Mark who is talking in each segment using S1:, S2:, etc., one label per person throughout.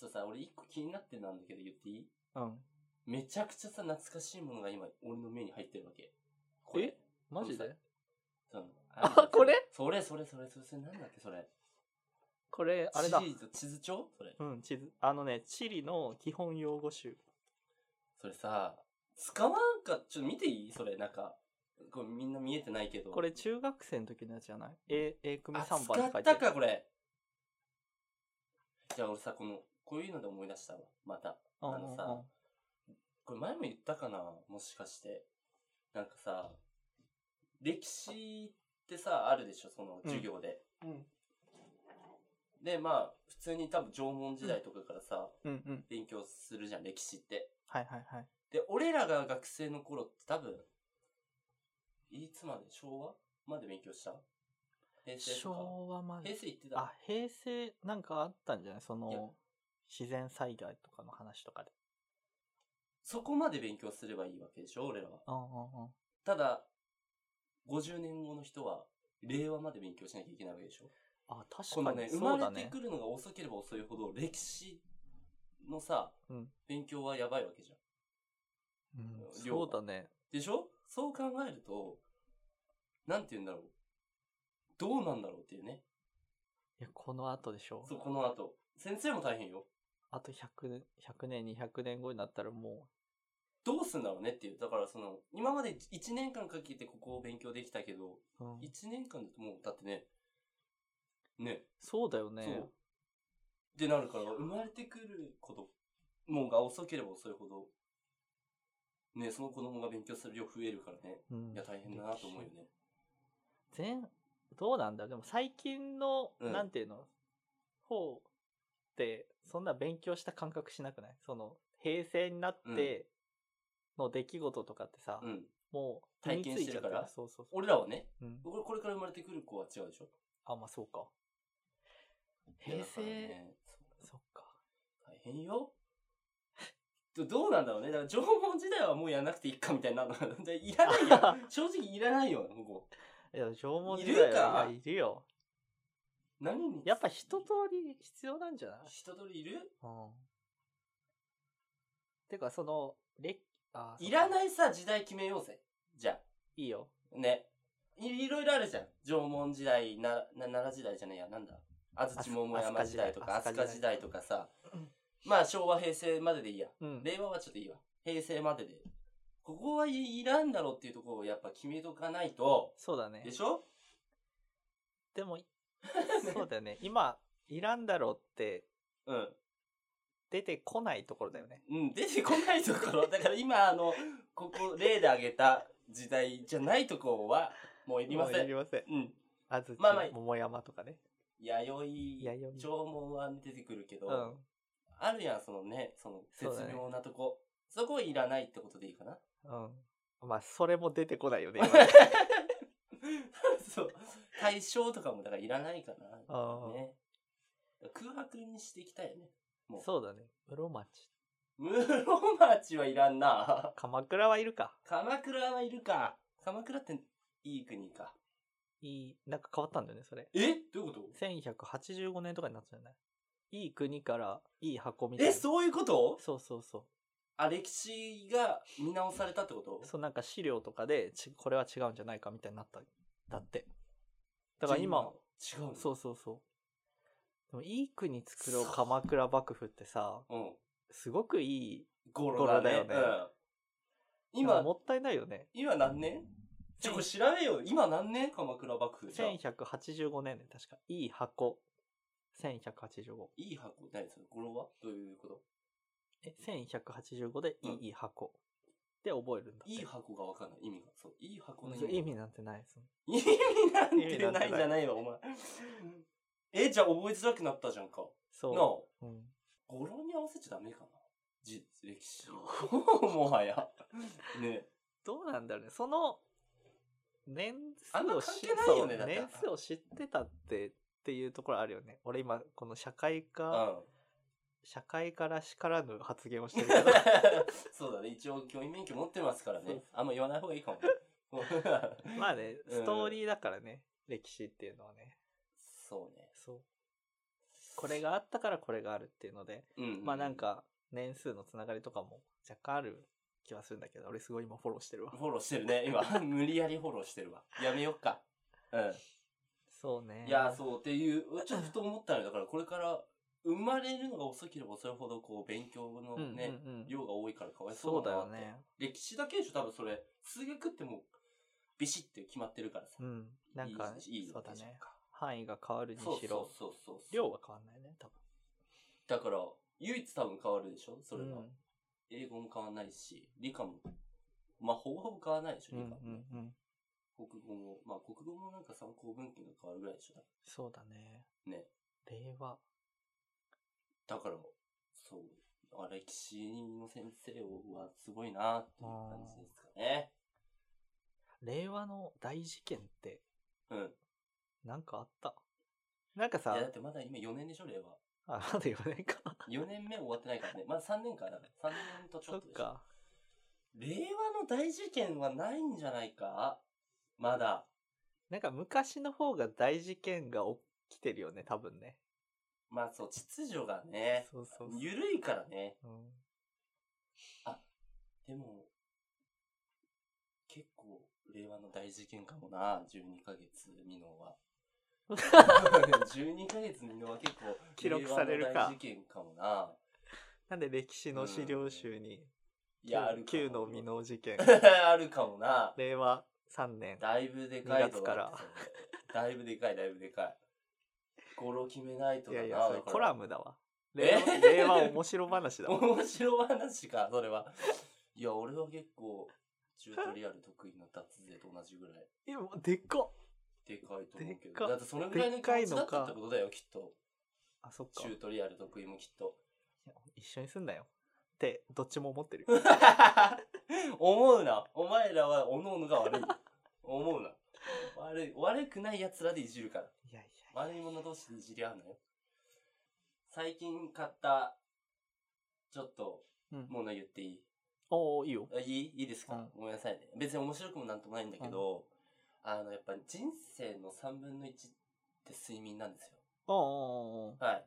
S1: とさ、俺一個気になってんなんだけど言っていい
S2: うん。
S1: めちゃくちゃさ、懐かしいものが今、俺の目に入ってるわけ。これ
S2: マジ
S1: この
S2: で
S1: さうん
S2: あこれ
S1: それそれそれそれ、それなんだっけそれ。
S2: これ、あれだ
S1: 地。図地図帳それ。
S2: うん、地図。あのね、地理の基本用語集。
S1: それさ、使わんか、ちょっと見ていいそれ、なんか、これみんな見えてないけど。
S2: これ、中学生の時のやつじゃない ?A、A 組
S1: あ、
S2: 3番って書いて
S1: 使っ
S2: ある。
S1: たか、これ。じゃあ俺さ、この、こういうので思い出したわ。また。
S2: うん
S1: あのさこれ前も言ったかなもしかして。なんかさ、歴史ってさ、あるでしょその授業で。
S2: うんうん。
S1: で、まあ、普通に多分縄文時代とかからさ、
S2: うんうん。
S1: 勉強するじゃん、歴史って。
S2: はいはいはい。
S1: で、俺らが学生の頃って多分、いつまで昭和まで勉強した平成とか。
S2: 昭和まで
S1: 平。成行ってた
S2: あ、平成、なんかあったんじゃないそ
S1: いや
S2: の、自然災害とかの話とかで。
S1: そこまで勉強すればいいわけでしょ俺らは。
S2: うんうんうん。
S1: ただ、50年後の人は、令和まで勉強しなきゃいけないわけでしょ
S2: あ、
S1: こ
S2: 確か
S1: のね
S2: に、
S1: 生
S2: そう
S1: ま
S2: だ
S1: れて
S2: ね。
S1: くるのが遅ければ遅いほど、歴史のさ、
S2: うん
S1: 勉強はやばいわけじゃん。
S2: うん
S1: 量
S2: そうだね。
S1: でしょそう考えると、なんて言うんだろう。どうなんだろうっていうね。
S2: いや、この後でしょ
S1: そう、この後。先生も大変よ。
S2: あと100年、100年、200年後になったらも
S1: どうすんだろうねっていう。だからその、今まで1年間かけてここを勉強できたけど、
S2: う、うん
S1: 1年間だともう、だってね、ね、
S2: そうだよ
S1: そ
S2: ね
S1: う。。ってなるから、生まれてくる子供もが遅ければ遅いほど、ね、その子供が勉強する量増えるからね。
S2: うん
S1: いや、大変だなと思うよ。ね。
S2: 歴史全、どうなんだろうでも最近の、
S1: うん
S2: なんていうの、方って、そんな勉強した感覚しなくないその、平成になっての出来事とかってさ、
S1: うん。
S2: もう、
S1: 体験してるから
S2: 身についちゃっそうそうそう。
S1: 俺らはね、
S2: うん
S1: これこれから生まれてくる子は違うでしょ
S2: あ、まあそうか。
S1: いや
S2: 平
S1: だから
S2: 成、
S1: ね、そう
S2: そっか。
S1: 大変よ。どどうなんだろうね。だから縄文時代はもうやらなくていいかみたいなの が。でいらない よ。正直いらないよ、ここ。
S2: いや、縄文
S1: い
S2: 時
S1: る
S2: 代
S1: か
S2: は、いやいるよ。
S1: 何に
S2: やっぱ一通り必要なんじゃない
S1: 人通りいる
S2: うん。てか、その、れあ
S1: いら
S2: い
S1: ないさ、時代決めようぜ。じゃ
S2: いいよ。
S1: あ。ね。いいろいろあるじゃん。縄文時代、な、な奈良時代じゃないや、なんだ。安土桃山時代とか、飛
S2: 飛
S1: 鳥
S2: 鳥
S1: 時
S2: 時
S1: 代
S2: 代
S1: とかさ。まあ、昭和、平成まででいいや。
S2: うん。
S1: 令和はちょっといいわ。平成までで。ここはいいらんだろうっていうところをやっぱ決めとかないと、
S2: そうだね
S1: で。しょ
S2: で も、そうだよね。今、いらんだろうって、
S1: うん。
S2: 出てこないところだよね。
S1: うん、出てこないところ。 だから今、あの、ここ、例で挙げた時代じゃないところは、もういりま
S2: も
S1: せ。
S2: うんいりません。
S1: うん。
S2: 安土、
S1: まあまあ
S2: 桃山とかね。
S1: 弥
S2: 弥
S1: 生、
S2: 生
S1: 縄文は出てくるけど、
S2: うん。
S1: あるやん、そのね、その
S2: そうだ
S1: 絶
S2: ね
S1: 妙なとこ。そこはいらないってことでいいかな。
S2: うん。まあ、それも出てこないよね、
S1: そう。対象とかも、だからいらないか
S2: あ
S1: な。
S2: ー
S1: ね。空白にしていきたいよね。も
S2: 今。
S1: う。
S2: そうだね。室町。
S1: 室町はいらんな。
S2: 鎌倉はいるか。
S1: 鎌倉はいるか。鎌倉っていい国か。
S2: いい、なんか変わったんだよね、それ。
S1: えどういうこと
S2: 1185年とかになったんじゃないいい国からいい箱みたい
S1: え、
S2: な。
S1: そういうこと
S2: そうそうそ
S1: あ、歴史が見直されたってこと
S2: う。そうなんか資料とかでちこれは違うんじゃないかみたいになった。だって。だから今、、
S1: じゃあ違うの
S2: そうそうそう。でもいい国作ろう鎌倉幕府ってさ、
S1: う。うん。
S2: すごくいい。
S1: ゴロだね。
S2: ゴロだ
S1: う
S2: よ
S1: ん。
S2: 今
S1: 今
S2: も、ったいないよね。
S1: 今何年ちょ、これ調べよう。今何年鎌倉幕府じゃあ。
S2: 1185年で確か。いい箱。1185。
S1: いい箱何それ語呂はどういうこと
S2: え、1185でいい箱。で覚えるんだって。
S1: いい箱がわかんない。意味が。そう。いい箱の
S2: そう意味なんてない。その
S1: 意味なんてないじゃないわ、お前。え、じゃあ覚えづらくなったじゃんか。なあ、
S2: そ
S1: 語
S2: う。うん。
S1: 呂に合わせちゃダメかな。じ、歴史を。 もはや。ね
S2: どうなんだろうね。その、年数
S1: あんま
S2: を
S1: 関
S2: 知
S1: 係ないよね
S2: そう
S1: だって
S2: 年数を知ってたって、っていうところあるよね。俺今、この社会
S1: う
S2: か、
S1: ん。。
S2: 社会からしからぬ発言をしてるけど
S1: そうだね。一応、教員免許持ってますから
S2: そう
S1: ね
S2: そう。
S1: あんま言わない方がいいかも。
S2: まあね、
S1: うん
S2: ストーリーだからね、歴史っていうのはね。
S1: そうね。
S2: そう。これがあったからこれがあるっていうので、
S1: うんうんうん
S2: まあなん。か年数のつながりとかも若干ある気はするんだけど、俺すごい今フォローしてるわ。
S1: フォローしてるね、 今。無理やりフォローしてるわ。やめよっか。うん。
S2: そうね。
S1: いや、そうっていう、ちょっとふと思ったのだから、これから生まれるのが遅ければ遅いほど、こう、勉強の
S2: うんうんうん。
S1: ね、量が多いからかわいそ
S2: そう
S1: うだ
S2: だ
S1: な
S2: よ
S1: って。
S2: ね。
S1: 歴史だけでしょ、多分それ。数学ってもう、ビシッて決まってるからさ。
S2: うん。なんか、
S1: いいいい
S2: そうだ
S1: わけじゃん
S2: ね。
S1: か
S2: 範囲が変わるに
S1: そう
S2: し
S1: そう
S2: ろ、
S1: そうそう。
S2: 量は変わんないね、多分。
S1: だから、唯一多分変わるでしょそれは、
S2: うん
S1: 英語も変わんないし、理科も、まあ、ほぼほぼ変わんないでしょ、
S2: う
S1: 理
S2: ん
S1: 科も、
S2: うんうん。
S1: 国語も、まあ、国語もなんか参考文献が変わるぐらいでしょだ
S2: そうだね。
S1: ね。
S2: 令和。
S1: だから、そう、あ歴史の先生はすごいなっていう感じですかね。
S2: 令和の大事件って、
S1: うん。い
S2: なんかあったなんかさ
S1: や、だ、ってまだ今4年でしょ、令和。
S2: あ、まだ4年か。
S1: 4年目終わってないからね。まだ3年間だから。3年とちょ
S2: そ
S1: っ
S2: っ
S1: とでしょ
S2: か。
S1: 令和の大事件はないんじゃないかまだ。
S2: なんか昔の方が大事件が起きてるよね、多分ね。
S1: まあそう、秩序がね、
S2: そうそうそう。
S1: ゆるいからね。
S2: うん
S1: でも、結構、令和の大事件かもな、12ヶ月未納 は。12ヶ月未納は結構、
S2: 記録されるか
S1: 令和の大事件かもな。
S2: なんで歴史の資料集に、
S1: いや、あるかも。
S2: 旧の未納事件、
S1: あるかもな。
S2: 令和3 年。
S1: だいぶでかい
S2: 2月から
S1: だってそれだいぶでかい、だいぶでかい。語呂決めないと
S2: い
S1: だな。
S2: やいや、それ
S1: だから
S2: コラムだわ。令
S1: え
S2: 和令和面白話 だわ。
S1: 面白話か、それは。いや、俺は結構、チュートリアル得意な脱税と同じぐらい、
S2: えでっか
S1: でかいと思うけ
S2: でっか
S1: ど。だってそれぐらいの気持ちだったってことだよ、きっと。
S2: あ、そっか
S1: チ。ュートリアル得意もきっと。
S2: 一緒にすんなよ。って、どっちも思ってる。
S1: 思うな。お前らは、おののが悪 い。思うな。悪い、悪くない奴らでいじるから。
S2: いやいや。
S1: 悪い者同士でいじり合うのよ。最近買った、ちょっと、
S2: うん、
S1: もの言っていい
S2: おおいいよ。
S1: あいいいいですか、
S2: うん
S1: ごめんなさいね。別に面白くもなんともないんだけど、あの、やっぱ人生の3分の1って睡眠なんですよ。
S2: おお
S1: はい。っ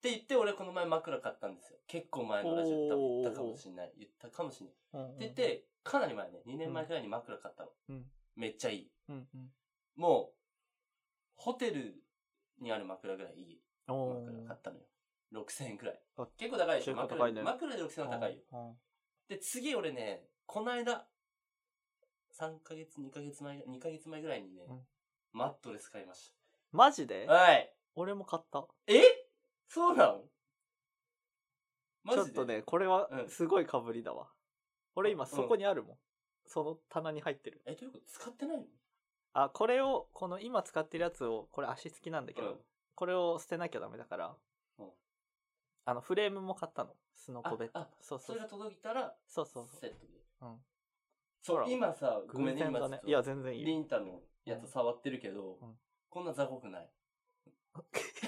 S1: て言って、俺この前枕買ったんですよ。結構前のラジオで多分言ったかもしんない。言ったかもしんない。
S2: おお
S1: って言っ、て、かなり前ね、2年前くらいに枕買ったの。
S2: うん
S1: めっちゃいい。
S2: うんうん。
S1: もう、ホテルにある枕ぐらいいい
S2: おお
S1: 枕買ったのよ。6000円くらい
S2: あ。
S1: 結構高いでしょ
S2: 結構
S1: 枕
S2: 高いね
S1: 枕で6000円は高いよ。
S2: よ。
S1: で、次俺ね、この間、3ヶ月、2ヶ月前、2ヶ月前ぐらいにね、
S2: うん
S1: マットレス買いまし
S2: マジで
S1: た。はい。
S2: 俺も買った。
S1: えそうなのマ
S2: ち
S1: ジ
S2: ょ
S1: で
S2: っと。ね、これは
S1: うん
S2: すごい被りだわ。俺今そこにあるもん。その棚に入ってる。
S1: え、ということ使ってないの
S2: あ、これを、この今使ってるやつを、これ足つきなんだけど、
S1: うん
S2: これを捨てなきゃダメだから、
S1: うん
S2: あの、フレームも買ったの。スノコベッド
S1: ああ。
S2: そう
S1: そ
S2: そう
S1: れが届いたら、
S2: そう
S1: セ
S2: そ
S1: ッ
S2: う
S1: ト
S2: そ
S1: で
S2: う。。うん
S1: そ
S2: ほ
S1: う
S2: ら、
S1: 今さ、ごめんね、
S2: 偶然
S1: 今ちょ
S2: だ
S1: っ
S2: ね。
S1: と
S2: いや、全然いい
S1: リ
S2: よ。
S1: ンタのやつ触ってるけど、
S2: うん
S1: こんな雑魚くない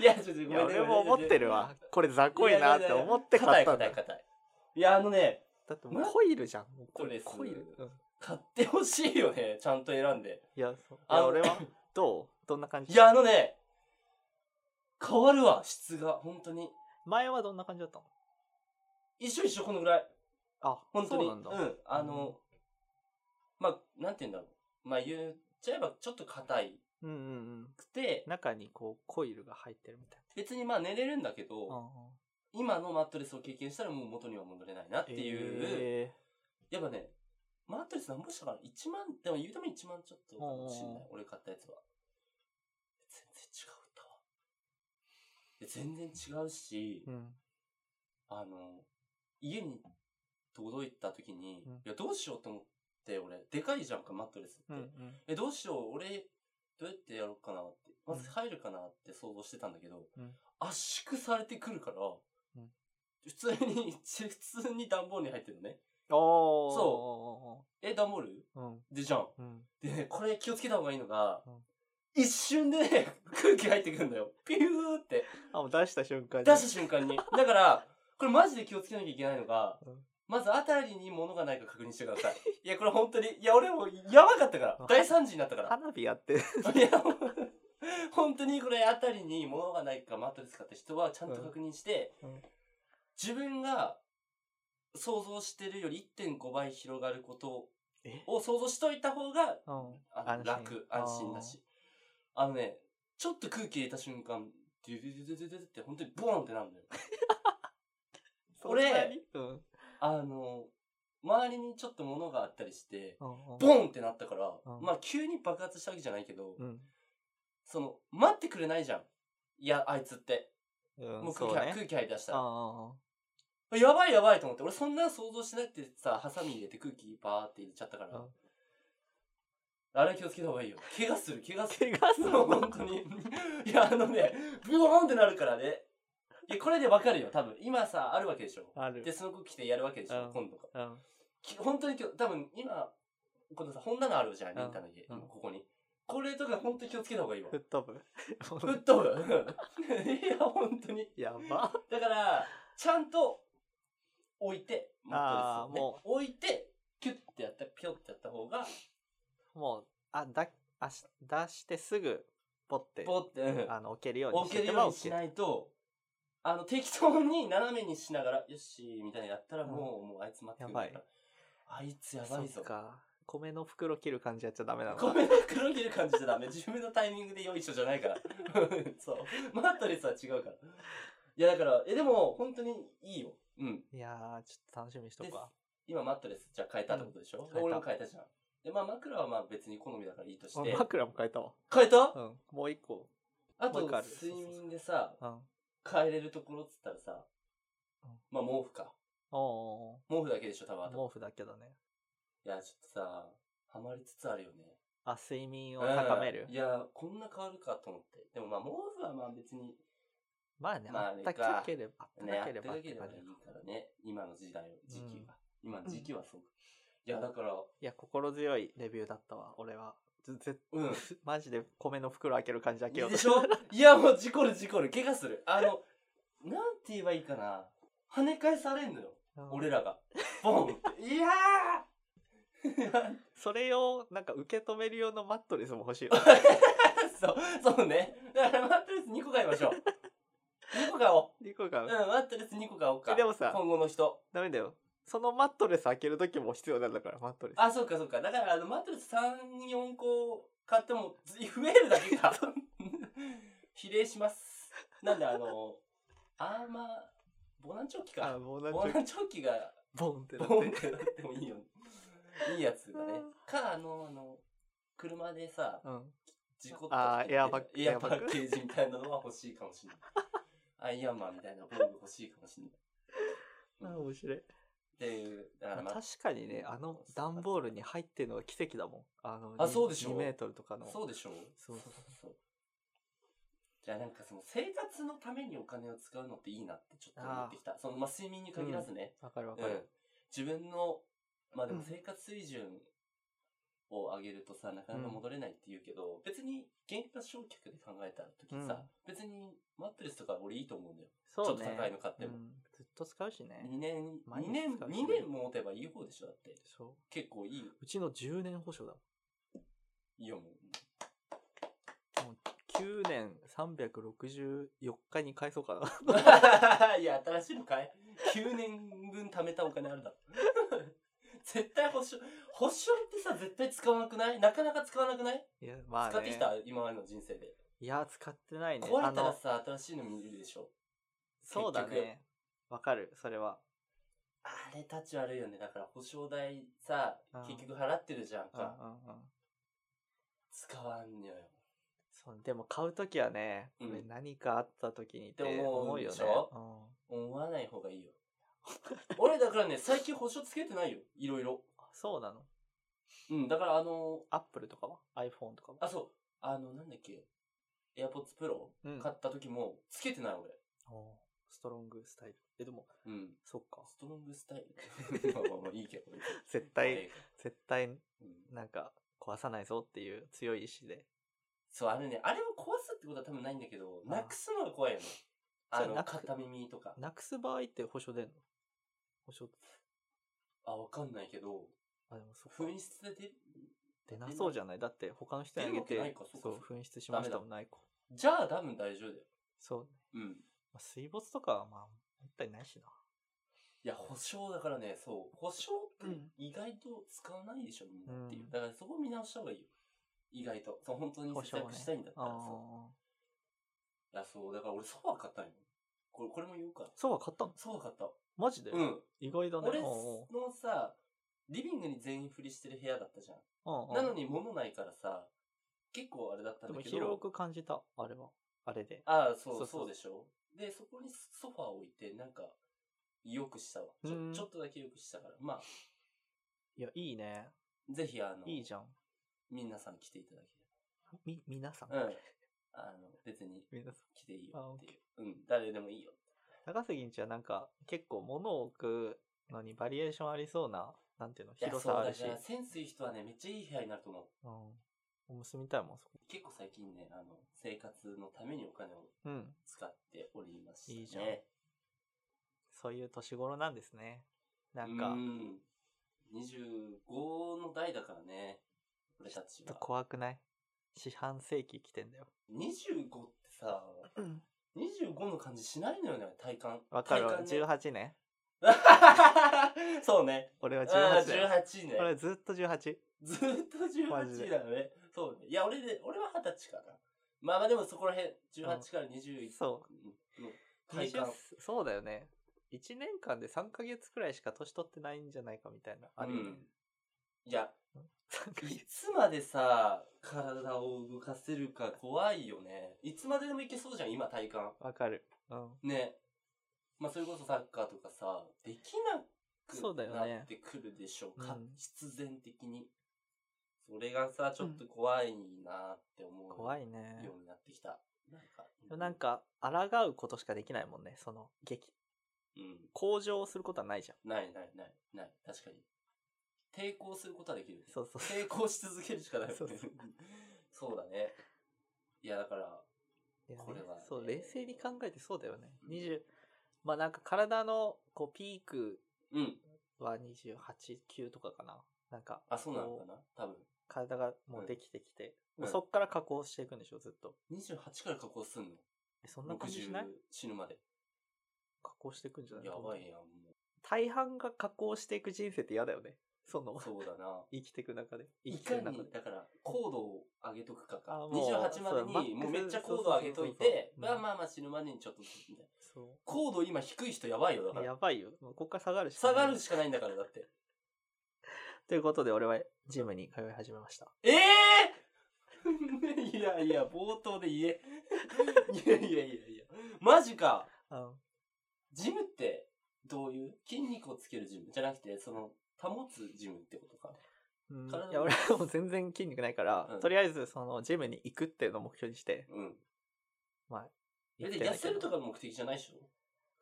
S1: いや、ちょっとごめん
S2: い
S1: ね。
S2: や、俺も思ってるわ。これ雑魚いなって思って買
S1: 硬い
S2: ったん
S1: 硬
S2: だよ
S1: い。硬い。いや、あのね、
S2: だってもうコイルじゃん。もうコ
S1: マットレ
S2: イ
S1: ス
S2: コイル。うん
S1: 買ってほしいよね。ちゃんと選んで。
S2: いや、そう。い
S1: あ
S2: や
S1: の
S2: 俺は、どうどんな感じ
S1: いや、あのね、変わるわ、質が。本当に。
S2: 前はどんな感じだったの
S1: 一緒一緒、このぐらい。
S2: あ、
S1: 本当に。
S2: そうなんだ。
S1: あの、まあ、なんて言うんだろう。まあ、言っちゃえば、ちょっと硬い
S2: うんうんうん。
S1: くて、
S2: 中にこう、コイルが入ってるみたい
S1: 別にまあ寝れるんだけど、
S2: な。うんうん
S1: 今のマットレスを経験したらもう元には戻れないなっていう。
S2: え
S1: やっぱね、マットレス何ぼしたかな ?1 万、でも言うために1万ちょっとかもしんな
S2: う
S1: い。俺買ったやつは。全然違うたわ。で全然違うし、
S2: ーうん。
S1: あの、家に届いた時に、
S2: うん
S1: いや、どうしようと思って、俺、でかいじゃんか、マットレスって。
S2: うんうん。
S1: え、どうしよう、俺、どうやってやろうかなって。まず
S2: うん
S1: 入るかなって想像してたんだけど、
S2: うん
S1: 圧縮されてくるから、
S2: ん
S1: 普通に、 普通に段ボールに入ってるのね。
S2: おー。
S1: そえ、段ボール
S2: う。うん。
S1: でじゃん。
S2: うん。
S1: でね、これ気をつけた方がいいのが、
S2: うん
S1: 一瞬で ね、空気入ってくるんだよ。ピューって。
S2: あ、もう出した瞬間に。
S1: 出した瞬間に。だから、これマジで気をつけなきゃいけないのが、
S2: うん
S1: まずあたりに物がないか確認してください。いや、これ本当に、いや、俺もやばかったから
S2: う。ん
S1: 大惨事になったから。
S2: 花火やってる。
S1: いや、本当にこれあたりに物がないかマトリスかって人はちゃんと確認して、
S2: うんうん
S1: 自分が想像してるより1.5倍広がること
S2: え
S1: を想像しといた方が
S2: うん。
S1: あ
S2: 安
S1: の
S2: 心
S1: 楽、安心だし。あのね、ちょっと空気入れた瞬間、デュデュデュデュデュデュって本当にボーンってなるんだよ。
S2: そんな
S1: 俺、
S2: にうん。
S1: あの、周りにちょっと物があったりして、
S2: うんう
S1: ボ
S2: ん
S1: ーンってなったから、
S2: うん
S1: まあ急に爆発したわけじゃないけど、
S2: うん。
S1: その、待ってくれないじゃん。いや、あいつって。
S2: うん
S1: もう空
S2: そう
S1: 気,、
S2: ね。
S1: 空気入り出した
S2: あ
S1: ら。
S2: ああ
S1: やばいやばいと思って、俺そんなの想像しなくてさ、ハサミ入れて空気バーって入れちゃったから
S2: うん。
S1: あれ気をつけた方がいいよ。怪我する、怪我 する。
S2: 怪我する
S1: もう本当に。いや、あのね、ブーンってなるからね。いや、これでわかるよ、多分。今さ、あるわけでしょ。
S2: ある
S1: で、。その空気でやるわけでしょ、
S2: うん
S1: 今度か。
S2: うん。
S1: き本当に今日、多分今、このさ、本棚あるじゃん、
S2: ん
S1: リンタの家。
S2: うん
S1: ここに。これとか本当に気をつけた方がいいわ
S2: 吹。っ飛ぶ。
S1: 吹っ飛ぶ。 いや、本当に。
S2: やば。
S1: だから、ちゃんと置いて、
S2: あ
S1: マッ
S2: ー
S1: トレスをね
S2: も
S1: 置いて、キュッてやった、ピョッてやった方が、
S2: もう、あ、だ、あし、出してすぐ、ポって、
S1: ポッて、うん
S2: あの、置けるように
S1: 置けるようにし
S2: い。
S1: ないと、あの、適当に斜めにしながら、よっしー、みたいなのやったら、
S2: うん
S1: もう、もうあいつ待ってくる
S2: やば
S1: か
S2: い
S1: ら。あいつやば
S2: そ
S1: い
S2: っ
S1: ぞ。
S2: か。米の袋切る感じやっちゃダメなのか。
S1: 米の黒切る感じじゃダメ。自分のタイミングでよいしょじゃないから。 そう。マットレスは違うから。いや、だから、え、でも、本当にいいよ。うん。
S2: いやー、ちょっと楽しみにしとくわ。
S1: 今マットレスじゃあ変えたってことでしょ、
S2: うん変えた
S1: 俺も変えたじゃん。で、まあ枕はまあ別に好みだからいいとして。
S2: うん枕も変えたわ。
S1: 変えた
S2: うん。もう一個。
S1: あ
S2: もう
S1: と
S2: 一個ある、
S1: 睡眠でさ、
S2: うん。
S1: 変えれるところっつったらさ
S2: うん、
S1: まあ毛布か。
S2: お
S1: 毛布だけでしょ、多分あ
S2: ー
S1: と。
S2: 毛布だけどね。
S1: いや、ちょっとさ、ハマりつつあるよね。
S2: あ、睡眠を高める
S1: うんい。や、こんな変わるかと思って。でもまあ毛布はまあ別に、
S2: まあね、
S1: まあ
S2: あ
S1: あ
S2: っ
S1: れ
S2: た
S1: か
S2: かければ、あった
S1: ね、
S2: か
S1: やっ
S2: け
S1: て
S2: れ
S1: る
S2: ばっ
S1: だ
S2: て
S1: けでは
S2: 感
S1: い
S2: じか。
S1: いからね。今の時代を、時期は。今の
S2: うん
S1: 時期はそうか。いや、だから、
S2: いや、心強いレビューだったわ、俺は。ず、ぜ、
S1: うん。
S2: マジで米の袋開ける感じ開けようと
S1: でしょいや、もう事故る事故る。怪我する。あの、なんて言えばいいかな。跳ね返されんのよ。俺。
S2: うん
S1: らが。ボンっていやー
S2: それを、なんか受け止める用のマットレスも欲しい わ。
S1: そう、そうね。だからマットレス2個買いましょう。2個買おう。
S2: リコが
S1: うん、、マットレス2個買おうか。
S2: えでもさ
S1: 今後の人。
S2: ダメだよ。そのマットレス開ける時も必要なんだから、マットレス。
S1: あ、そうかそうか。だから、あの、マットレス3、4個買っても、ず増えるだけか。 比例します。なんで、あの、アーマー、ボナンチョッキ
S2: あ、
S1: か。
S2: もうなん
S1: ボ
S2: か
S1: ナ、ンチョッキが、
S2: ボンってなっ。
S1: ボンっててなってもいいよね。いいやつだね。か、あの、あの、車でさ、
S2: うん。
S1: 事故った時
S2: あーエアバッグ
S1: エアバッケージみたいなのは欲しいかもしれない。アイアンマンみたいな防具欲しいかもしれない。
S2: あ、面白い。
S1: っていう、だから
S2: ま
S1: ま
S2: あ
S1: あ、
S2: 確かにね、あの段ボールに入ってるのが奇跡だもん。あの、
S1: あ
S2: に
S1: そうでしょ
S2: 2メートルとかの。
S1: そうでしょう
S2: そうそう
S1: そう。じゃあなんかその生活のためにお金を使うのっていいなってちょっと思ってきた。そのまあ睡眠に限らずね、
S2: わかるわ
S1: う
S2: か
S1: ん
S2: る。
S1: 自分の、まあでも
S2: うん
S1: 生活水準を上げるとさ、なかなか戻れないって言うけど、別に減価償却で考えた時さ、別にマットレスとか俺いいと思うんだよ。
S2: そう
S1: ち
S2: ね。
S1: ょっと高いの買っても
S2: うんずっと使うしね。
S1: 2年、
S2: 毎日
S1: 2年、
S2: 使うしね
S1: 2年も持てばいい方でしょだって。
S2: そう。
S1: 結構いいう
S2: ちの10年保証だもん。
S1: いい よも
S2: 9年364日に返そうかな。
S1: う。いや、新しいのかい ?9 年分貯めたお金あるだろ。 絶対保証、保証ってさ、絶対使わなくないなかなか使わなくない、
S2: いや、まあ、ね。
S1: 使ってきた今までの人生で。
S2: いや、使ってないね。
S1: 壊
S2: あ
S1: れたら
S2: の、
S1: さ、新しいの見れるでしょ。
S2: そうだ
S1: 結
S2: ね。わかる、それは。
S1: あれたち悪いよね。だから保証代さ
S2: うん、
S1: 結局払ってるじゃん
S2: うんうん
S1: か。
S2: うん。
S1: 使わんのよ。
S2: そう、でも買うときはね、
S1: うん
S2: これ何かあったときにって
S1: って思
S2: 思
S1: う
S2: う
S1: で
S2: よね
S1: しょ。
S2: うん
S1: 思わない方がいいよ。 俺だからね、最近保証つけてないよ。いろいろ。
S2: あそうなの。
S1: うん、だからあの、
S2: アップルとかは ?iPhone とかは
S1: あ、そう。あの、なんだっけ。AirPods Pro
S2: うん
S1: 買った時も、つけてない俺。
S2: おーストロングスタイル。え、でも、
S1: うん。
S2: そっか。
S1: ストロングスタイ ル。まあまあまあいいけど。
S2: 絶対
S1: まあええか
S2: 絶対、
S1: うん
S2: なんか、壊さないぞっていう強い意志で。
S1: そう、あれね、あれを壊すってことは多分ないんだけど、
S2: あ
S1: なくすのが怖いよね。あ
S2: そう
S1: の、
S2: なく
S1: 片耳とか。
S2: なくす場合って保証出んの保証、
S1: あ、わかんないけど、
S2: あ、でもそっか
S1: 紛。失で出る
S2: 出なそうじゃないだって他の人にあげ
S1: 出るわけな
S2: て
S1: いかそうか
S2: そう紛失しましたもない子
S1: じゃあ多分大丈夫だよ。
S2: そう、
S1: うん。
S2: まあ、水没とかはまあめったにないしない
S1: や、保証だからね、そう。保証っ
S2: う
S1: て
S2: ん
S1: 意外と使わないでしょ、みんなっていうう。
S2: ん
S1: だからそこ見直した方がいいよ。意外と。そう、本当に
S2: 保
S1: 節
S2: 証ね
S1: 約したいんだった
S2: あ
S1: ら、
S2: あ
S1: そう。いや、そう。だから俺、ソファー買ったんよ。これ、これも言おうか。
S2: そうは買ったの
S1: ソファー買った。
S2: マジで、
S1: うん。
S2: 意外だね
S1: 俺
S2: うん
S1: のさ、リビングに全員振りしてる部屋だったじゃん。
S2: うんうん
S1: なのに物ないからさ、結構あれだった
S2: で
S1: んだ
S2: も
S1: け
S2: 広
S1: ど。
S2: く感じたあれはあれで
S1: ああ、そう、
S2: そ
S1: そうう
S2: そう
S1: でしょ。で、そこにソファー置いて、なんか、良くしたわ。ち
S2: う
S1: ょ
S2: ん
S1: ちょっとだけ良くしたから。まあ、
S2: いやいいね
S1: ぜひ、あの、
S2: いいじゃん
S1: 皆さん来ていただけ
S2: み皆さん、
S1: れば。うん。あの、別に
S2: 皆さん
S1: 来ていい
S2: あ
S1: よっていう。うん、誰でもいいよ。
S2: 高杉んちはなんか結構物を置くのにバリエーションありそうななんていうの
S1: いや
S2: 広さあるし
S1: そうだからセンスいい人はね、めっちゃいい部屋になると思う。
S2: うん、もう住みたいもんそこ
S1: 結構最近ね、あの、生活のためにお金を
S2: うん
S1: 使っておりましたね。
S2: いいじゃんそういう年頃なんですねなん
S1: う
S2: か
S1: ん。25の代だからね、俺たち
S2: ちょっと
S1: は。
S2: 怖くない四半世紀来てんだよ
S1: 25ってさ、25の感じしないのよね、体感。
S2: わかるわ
S1: 体感ね、
S2: 18 年
S1: そうね。
S2: 俺は
S1: ああ
S2: 18年
S1: 18ね。
S2: 俺ずっと18
S1: ずっと
S2: マジで
S1: 18だよね。そうね。いや、俺で、俺は二十歳かな。まあまあでもそこら辺、18から21
S2: そ
S1: の
S2: う
S1: 体感
S2: 20。そうだよね1年間で3ヶ月くらいしか年取ってないんじゃないかみたいなあるよね、
S1: いや、
S2: 3ヶ
S1: い
S2: 月
S1: つまでさ、体を動かせるか怖いよね。いつまででもいけそうじゃん、今体感。
S2: わかるうん
S1: ね。まあ、それこそサッカーとかさ、できな
S2: そうだ
S1: く
S2: よね
S1: なってくるでしょうか。
S2: うん
S1: 必然的に。それがさ、ちょっと怖いなって思う。
S2: 怖いね
S1: ようになってきた。なんか。
S2: でもなん、か、抗うことしかできないもんね。その、激、
S1: うん。
S2: 向上することはないじゃん。
S1: ないないないない。確かに。抵抗することはできるよね。
S2: そうそ う。
S1: 抵抗し続けるしかないよね
S2: そうそう
S1: そうだね。いや、だから、
S2: いやね
S1: これはね
S2: そう、冷静に考えてそうだよね。
S1: うん
S2: 20、まあなんか体の、こう、ピーク
S1: うん。
S2: は28、9とかかな。なんか、
S1: あ、そうなの
S2: こ
S1: か
S2: う
S1: な多分。
S2: 体がも
S1: う
S2: うんできてきて、
S1: うん
S2: そっから加工していくんでしょ、ずっと。
S1: 28から加工すんの
S2: えそんな感じし
S1: ?60
S2: ない
S1: 死ぬまで。
S2: 加工していくんじゃない
S1: やばい
S2: どんどん
S1: やん、も
S2: 大半が加工していく人生って嫌だよね。その
S1: う。、そうだな。
S2: 生きていく中で。生
S1: い
S2: きて
S1: か
S2: る
S1: に
S2: 中で、。
S1: だから、高度を上げとくかか。
S2: あもう
S1: 28まで
S2: そうマック
S1: に、
S2: ス
S1: もうめっちゃ高度上げとい
S2: そうそうそう
S1: て
S2: そ、う
S1: まあまあまあ死ぬまでにちょっとずつみたいな。
S2: そ
S1: 高度今低い人やばいよ、だか
S2: う。や
S1: ら。
S2: ばいよ。もうこっから下がるしか
S1: 下
S2: ない
S1: がるしかないんだから、だ って。
S2: ということで、俺はジムに通い始めました。
S1: ええ いやいや、冒頭で言え。いやいやいやいや。マジか。
S2: うん。
S1: ジムって、どういう筋肉をつけるジムじゃなくて、その、保つジムってことか。
S2: うん
S1: 体
S2: いや、
S1: の
S2: 俺はもう全然筋肉ないから、
S1: うん
S2: とりあえず、その、ジムに行くっていうのを目標にして、
S1: うん。
S2: まあ、
S1: え
S2: 行
S1: で
S2: って
S1: 痩
S2: ないけ
S1: せ
S2: ど
S1: るとかの目的じゃないでしょ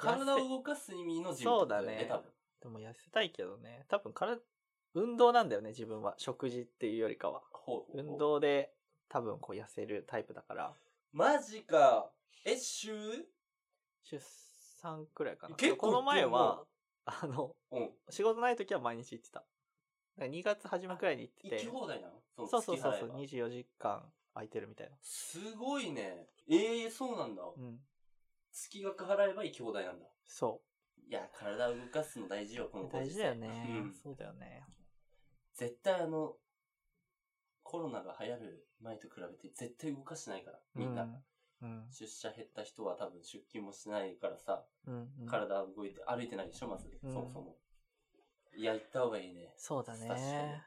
S2: 痩せ
S1: 体を動かす意味のジムってこと
S2: そうだねでも痩せたいけどね、多分から、運動なんだよね、自分は。食事っていうよりかは。
S1: 多分。
S2: 運。動で、多分こう痩せるタイプだから、
S1: マジか。え、週
S2: 出産くらいかな。
S1: 結構
S2: この前
S1: 行
S2: は、あの、
S1: うん。
S2: 仕事ない時は毎日行ってた。だから2月初めくらいに行って
S1: 行
S2: て
S1: き、放題なのその
S2: そうそうそう
S1: 月
S2: そ
S1: 払え
S2: う、
S1: ば
S2: 24時間空いてるみたいな。
S1: すごいね。ええそうなんだ。
S2: うん。
S1: 月額払えば行き放題なんだ。
S2: そ
S1: いや、体を動かすの大事よ、こ
S2: う
S1: の。
S2: 大事だよね
S1: うん。
S2: そうだよね。
S1: 絶対あの、コロナが流行る前と比べて絶対動かしてないから、みんな。
S2: うん。
S1: 出社減った人は多分出勤もしてないからさ、
S2: うん。うん。
S1: 体は動いて、歩いてないでしょ、まず、
S2: うん
S1: そもそも。いや、行った方がいいね。
S2: そうだ
S1: 確かに
S2: ね。